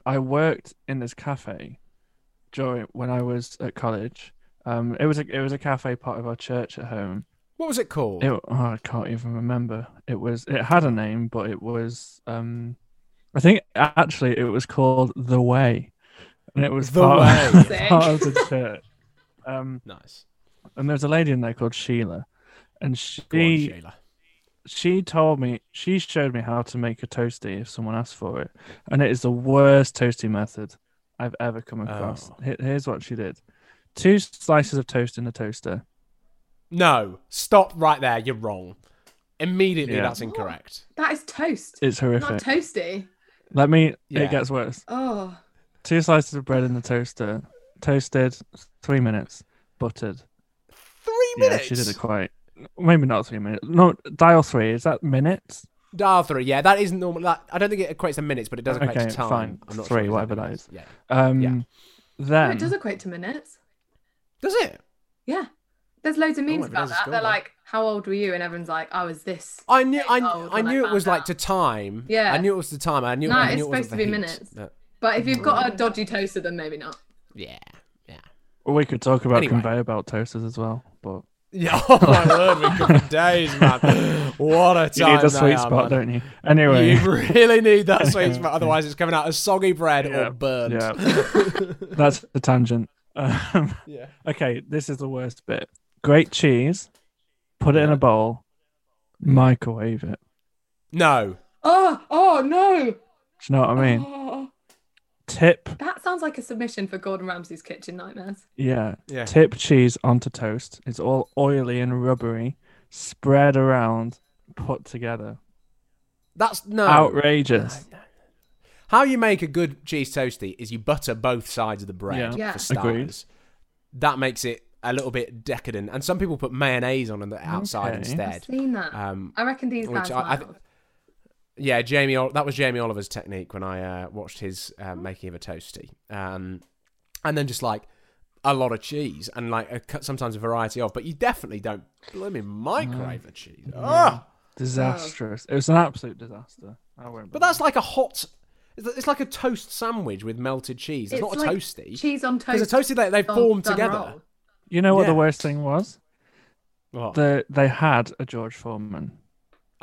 I worked in this cafe during when I was at college. Um, it was a it was a cafe part of our church at home, What was it called? it, oh, I can't even remember. It was it had a name, but it was um I think actually it was called The Way. And it was The part, Way. part of the church. Um nice. and there's a lady in there called Sheila. And she Go on, Sheila. she told me she showed me how to make a toasty if someone asked for it and it is the worst toasty method i've ever come across Oh. Here- here's what she did two slices of toast in the toaster No, stop right there. You're wrong. Immediately, Yeah. that's incorrect. That is toast. it's not horrific toasty. let me Yeah. it gets worse Oh, two slices of bread in the toaster, toasted, three minutes, buttered. Three Yeah, minutes. she did it quite. Maybe not three minutes. No, dial three. Is that minutes? Dial Ah, three. Yeah, that isn't normal. That, I don't think it equates to minutes, but it does equate Okay, to time. fine. I'm not Three, sure whatever that means. Yeah. Um, no, Then it does equate to minutes. Does it? Yeah. There's loads of if memes it about is, it's that. gone They're then. like, how old were you? And everyone's like, I was this. I knew. I, Oh, I when I knew it found was like out. to time. Yeah. I knew it was to time. I knew. No, I it's knew it was supposed the to be heat, minutes. but- But if you've got a dodgy toaster, then maybe not. yeah. Yeah. we could talk about Anyway. conveyor belt toasters as well, but Yeah, oh my word, we could be days, man. What a time. you need a they sweet are, man. spot, don't you? Anyway, You really need that sweet spot, otherwise it's coming out as soggy bread Yeah, or burnt. yeah, that's the tangent. Um, Yeah. okay, this is the worst bit. Great cheese, put it in a bowl, microwave it. No. Oh, oh no. Do you know what I mean? Oh, Tip that sounds like a submission for Gordon Ramsay's kitchen nightmares. Yeah. Yeah. Tip cheese onto toast. It's all oily and rubbery, spread around, put together. That's Oh. no. Outrageous. How you make a good cheese toasty is you butter both sides of the bread Yeah. Yeah. for Agreed. starters. That makes it a little bit decadent, and some people put mayonnaise on the outside Okay. instead. Seen that. Um, I reckon these which guys. I- I I, th- yeah, Jamie. Ol- That was Jamie Oliver's technique when I uh, watched his uh, making of a toasty, um, and then just like a lot of cheese and like a, cu- sometimes a variety of, but you definitely don't blooming microwave a cheese. Ah! Disastrous. It was an absolute disaster. I won't But that's like a hot. It's it's like a toast sandwich with melted cheese. It's, not a toasty. Cheese on toast. Because a toasty they they done- formed done together. roll. you know what the yeah. worst thing was? What? The they had a George Foreman.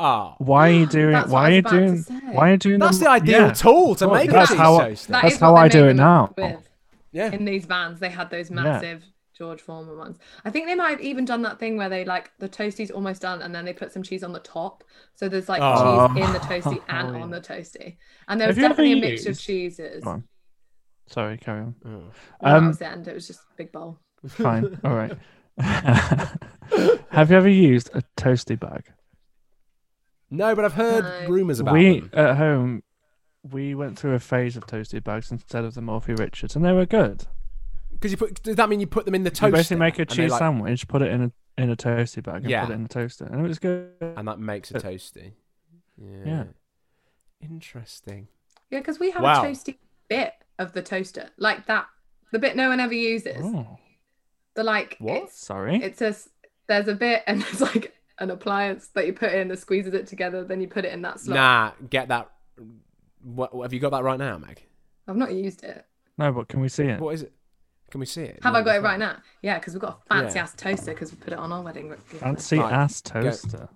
Ah, Why are you doing That's what why I are was you about to doing say. why are you doing that's the, the ideal yeah. tool to Well, make a that's cheese how I- toast. That That's is how what I they do make it them now. With. Yeah. in these vans. They had those Yeah. massive George Foreman ones. I think they might have even done that thing where they like the toasty's almost done and then they put some cheese on the top. So there's like Oh. cheese in the toasty and Oh, on yeah. the toasty. And there was Have you ever definitely a mix of used- cheeses. Go on. Sorry, carry on. Oh. Well, that Um, was the end. It was just a big bowl. fine. All right. Have you ever used a toasty bag? No, but I've heard No. rumours about we them. at home, we went through a phase of toasty bags instead of the Morphe Richards, and they were good. Because you put, does that mean you put them in the You toaster? basically make a and they, cheese like- sandwich, put it in a in a toasty bag, and Yeah. put it in the toaster, and it was good. and that makes a Uh, toasty. Yeah. Interesting. Yeah, because we have Wow. a toasty bit of the toaster, like that, the bit no one ever uses. Oh, The like, What? it's sorry. it's a s- there's a bit and there's like an appliance that you put in that squeezes it together. Then you put it in that slot. Nah, get that. What, have you got that right now, Meg? I've not used it. no, but can we see it? What is it? Can we see it? Have No, I got it it's not. right now? Yeah, because we've got a fancy Yeah. ass toaster because we put it on our wedding. gift. Fancy Right, ass toaster.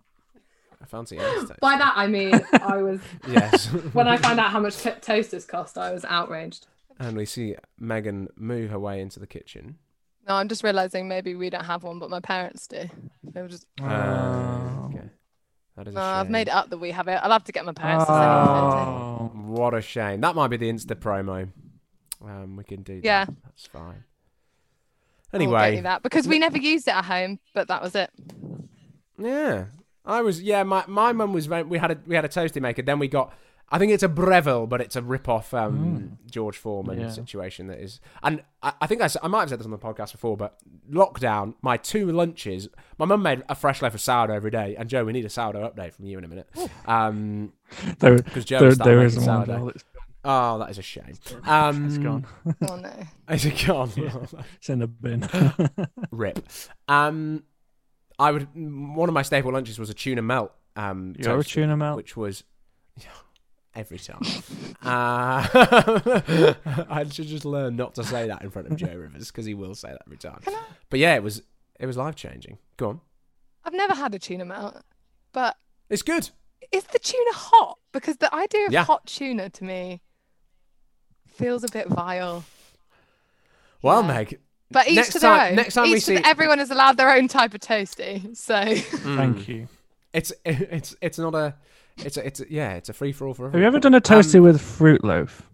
I fancy it. By that I mean I was yes. when I found out how much to- toasters cost, I was outraged. and we see Megan move her way into the kitchen. No, I'm just realizing maybe we don't have one, but my parents do. They were just Uh, Oh. okay. That is a no, Uh, I've shame. made it up that we have it. I'll have to get my parents to send me a photo. Oh. What a shame. That might be the Insta promo. Um, we can do that. Yeah. That's fine. I'll get you Anyway, that because we never used it at home, but that was it. yeah. I was yeah, my my mum was very- we had a we had a toasty maker, then we got I think it's a Breville, but it's a rip off um, George Foreman Mm. Yeah. situation that is and I, I think I, s- I might have said this on the podcast before, but lockdown, my two lunches my mum made a fresh loaf of sourdough every day, and Joe, we need a sourdough update from you in a minute. Um There, because Joe there, started there making eh? isn't one. sourdough. Bill, It's, Oh, that is a shame. Um it's gone. Oh no. Is it gone? It's in the bin. Rip. Um, I would. One of my staple lunches was a tuna melt. Um, You're a toast, tuna melt. which was every time. uh, I should just learn not to say that in front of Joe Rivers because he will say that every time. Can I- But yeah, it was it was life changing. Go on. I've never had a tuna melt, but It's good. is the tuna hot? Because the idea of Yeah. hot tuna to me feels a bit vile. Well, Yeah. Meg. But each Next to their time- own. next time we Each to the- see- everyone is allowed their own type of toasty. So mm, Thank you. It's it's it's not a it's a, it's a, yeah it's a free for all for Have you everyone. ever done a toasty Um, with fruit loaf?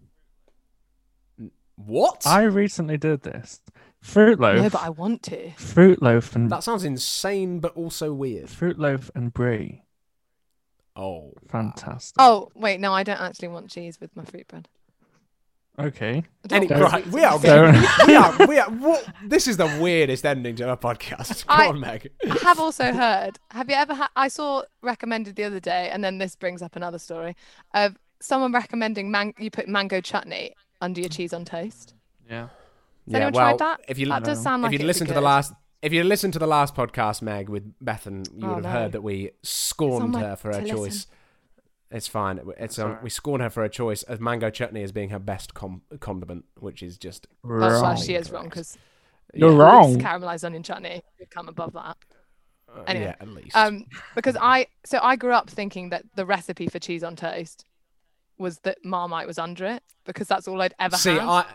What? I recently did this. Fruit loaf. no, but I want to. Fruit loaf and That sounds insane, but also weird. fruit loaf and brie. Oh, Fantastic. Oh wait, no, I don't actually want cheese with my fruit bread. Okay. I don't Any, want right, sweet we are, potato. Fair getting, we are, we are, what, this is the weirdest ending to our podcast. Come I- on, Meg. I have also heard. Have you ever? Ha- I saw recommended the other day, and then this brings up another story of someone recommending man- you put mango chutney under your cheese on toast. Yeah. Has anyone tried that? If you, that does No. sound if like you it'd be listened to the good. last, if you listened to the last podcast, Meg with Bethan, you Oh, would have no. heard that we scorned my her for her to choice. listen. It's fine. It- It's um, Sorry. we scorn her for her choice of mango chutney as being her best com- condiment, which is just That's why Wrong. she is wrong Correct. because You're wrong. caramelized onion chutney would come above that. uh, Anyway, yeah, at least. Um, because I so I grew up thinking that the recipe for cheese on toast was that Marmite was under it because that's all I'd ever See, had. I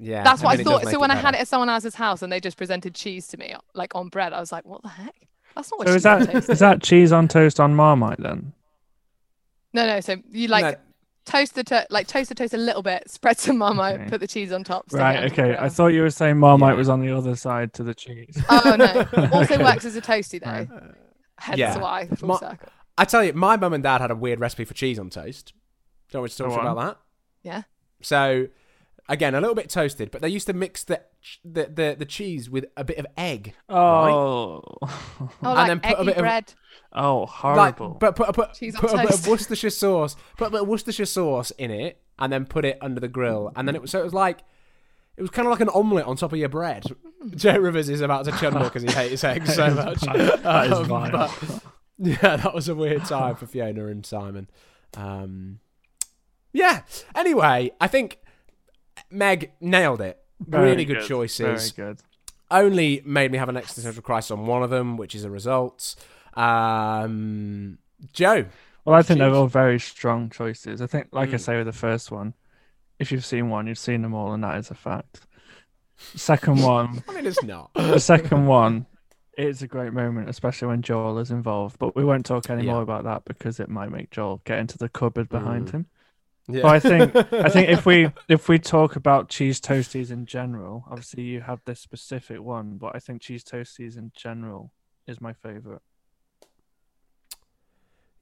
yeah, that's what I mean, it does thought. make So when I had better. it at someone else's house and they just presented cheese to me like on bread, I was like, what the heck? That's not what So cheese is on toast that is that cheese on toast on Marmite then? No, no. So you like No, toast the to- like toast the toast a little bit, spread some marmite, Okay. put the cheese on top. stick it Right. under the Okay. I grill. thought you were saying Marmite Yeah. was on the other side to the cheese. Oh no! Also Okay. works as a toasty though. Right. Hence Yeah. why full Ma- circle. I tell you, my mum and dad had a weird recipe for cheese on toast. Don't we talk Go on. about that? Yeah. So again, a little bit toasted, but they used to mix the ch- the the, the cheese with a bit of egg, Oh. Oh, like then put a eggy bit of- bread. oh, like horrible. but put put, Cheese on put a bit of toast. Worcestershire sauce, put a bit of Worcestershire sauce in it, and then put it under the grill, and then it was so it was like it was kind of like an omelette on top of your bread. Mm. Joe Rivers is about to chuckle because he hates eggs so much. That is Um, vile. but- Yeah, that was a weird time for Fiona and Simon. Um, yeah. Anyway, I think Meg nailed it. Very really good, choices. Very good. Only made me have an existential crisis on one of them, which is a result. Um, Joe, Well, I think they're Cheers. all very strong choices. I think, like I Mm. say with the first one, if you've seen one, you've seen them all, and that is a fact. Second one, I mean, it's not. the second one, it's a great moment, especially when Joel is involved. But we won't talk any Yeah. more about that because it might make Joel get into the cupboard behind Mm. him. Yeah. But I think I think if we if we talk about cheese toasties in general, obviously you have this specific one, but I think cheese toasties in general is my favorite.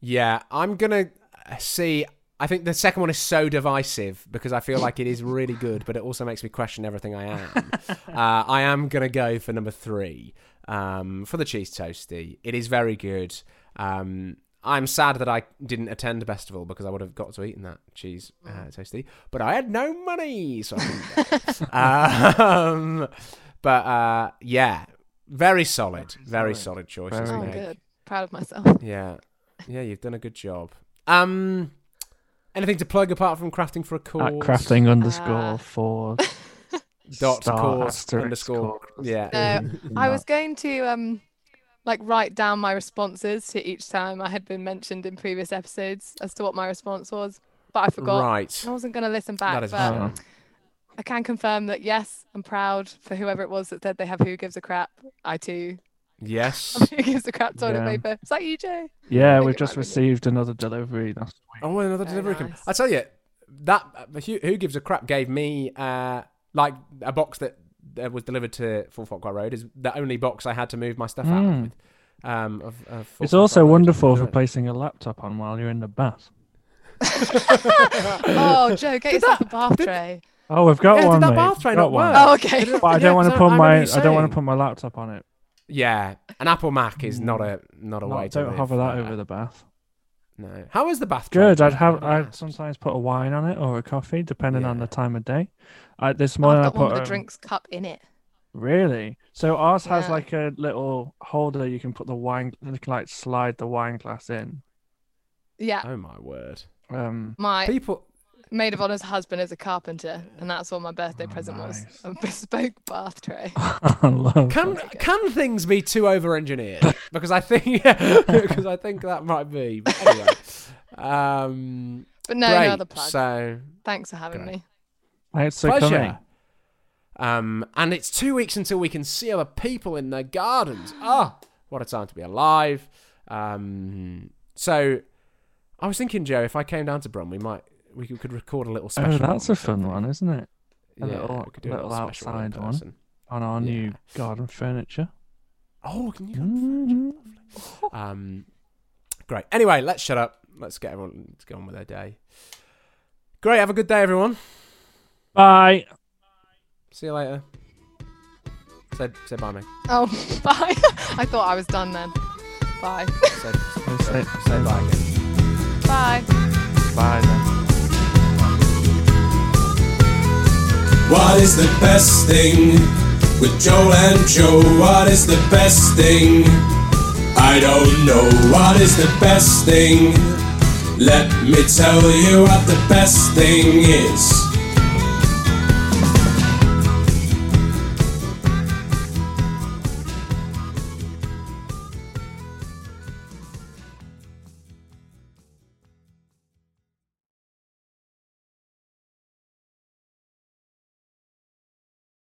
Yeah, I'm gonna uh, see. I think the second one is so divisive because I feel like it is really good, but it also makes me question everything I am. uh, I am gonna go for number three um, for the cheese toasty. It is very good. Um, I'm sad that I didn't attend the festival because I would have got to eaten that cheese uh, toasty, but I had no money, so I couldn't go. um, but uh, yeah, very solid, very solid choices. Very Oh, mate. good. Proud of myself. Yeah. Yeah, you've done a good job. Um anything to plug apart from crafting for a cause? At crafting underscore Ah. four dot star cause asterisk underscore. cause. Yeah. No, I No. was going to um like write down my responses to each time I had been mentioned in previous episodes as to what my response was, but I forgot. Right. I wasn't going to listen back, That is but fair. I can confirm that yes, I'm proud for whoever it was that said they have Who Gives a Crap. I too. Yes. have Who Gives a Crap toilet Yeah. paper. Is that you, Joe? Yeah, Think we've it just might be good. received another delivery last week. Oh, another Very delivery. com- nice. I tell you, that uh, who, who gives a crap gave me uh like a box that uh, was delivered to Full Farquhar Road is the only box I had to move my stuff out Mm. with. Um, of, of Full It's Farquhar also Road. wonderful for Yeah. placing a laptop on while you're in the bath. Oh, Joe, get yourself a bath tray. Oh, we've got Yeah, did one. that mate. bath tray Got not one. work? Oh, Did okay. it- But I yeah, don't want so to put remember you my I don't want saying. to put my laptop on it. Yeah, an Apple Mac is not a not Oh, a Not- way to Mm. don't live. hover that Uh, over the bath. No. How is the bath? Good. tray? I'd have. I I'd sometimes put a wine on it or a coffee, depending on Yeah. the time of day. I, this Oh, I've morning I got one put with a um, drinks cup in it. Really? So ours has Yeah. like a little holder you can put the wine, you can like slide the wine glass in. Yeah. Oh my word! Um, My People. maid of honor's husband is a carpenter, and that's what my birthday Oh, present was nice. a bespoke bath tray. I love. Can that. Okay. can things be too over engineered? Because I think because I think that might be. But anyway, um, But no, great. no other plug. So Thanks for having Great. me. Thanks for pleasure. coming. Um, and it's two weeks until we can see other people in their gardens. Ah, what a time to be alive. Um, so I was thinking, Joe, if I came down to Brum, we might we could record a little special. Oh, that's a one. fun one, isn't it? a little- we could do little special in outside one. person. On our new Yeah. garden furniture. Oh, can you? Mm. Um, great. Anyway, let's shut up. Let's get everyone. Let's get on with their day. Great. Have a good day, everyone. Bye. See you later. Say, say bye, mate. Oh, bye. I thought I was done then. Bye. Say, Say- say, say bye. Again. Bye. Bye then. What is the best thing with Joel and Joe? What is the best thing? I don't know. What is the best thing? Let me tell you what the best thing is.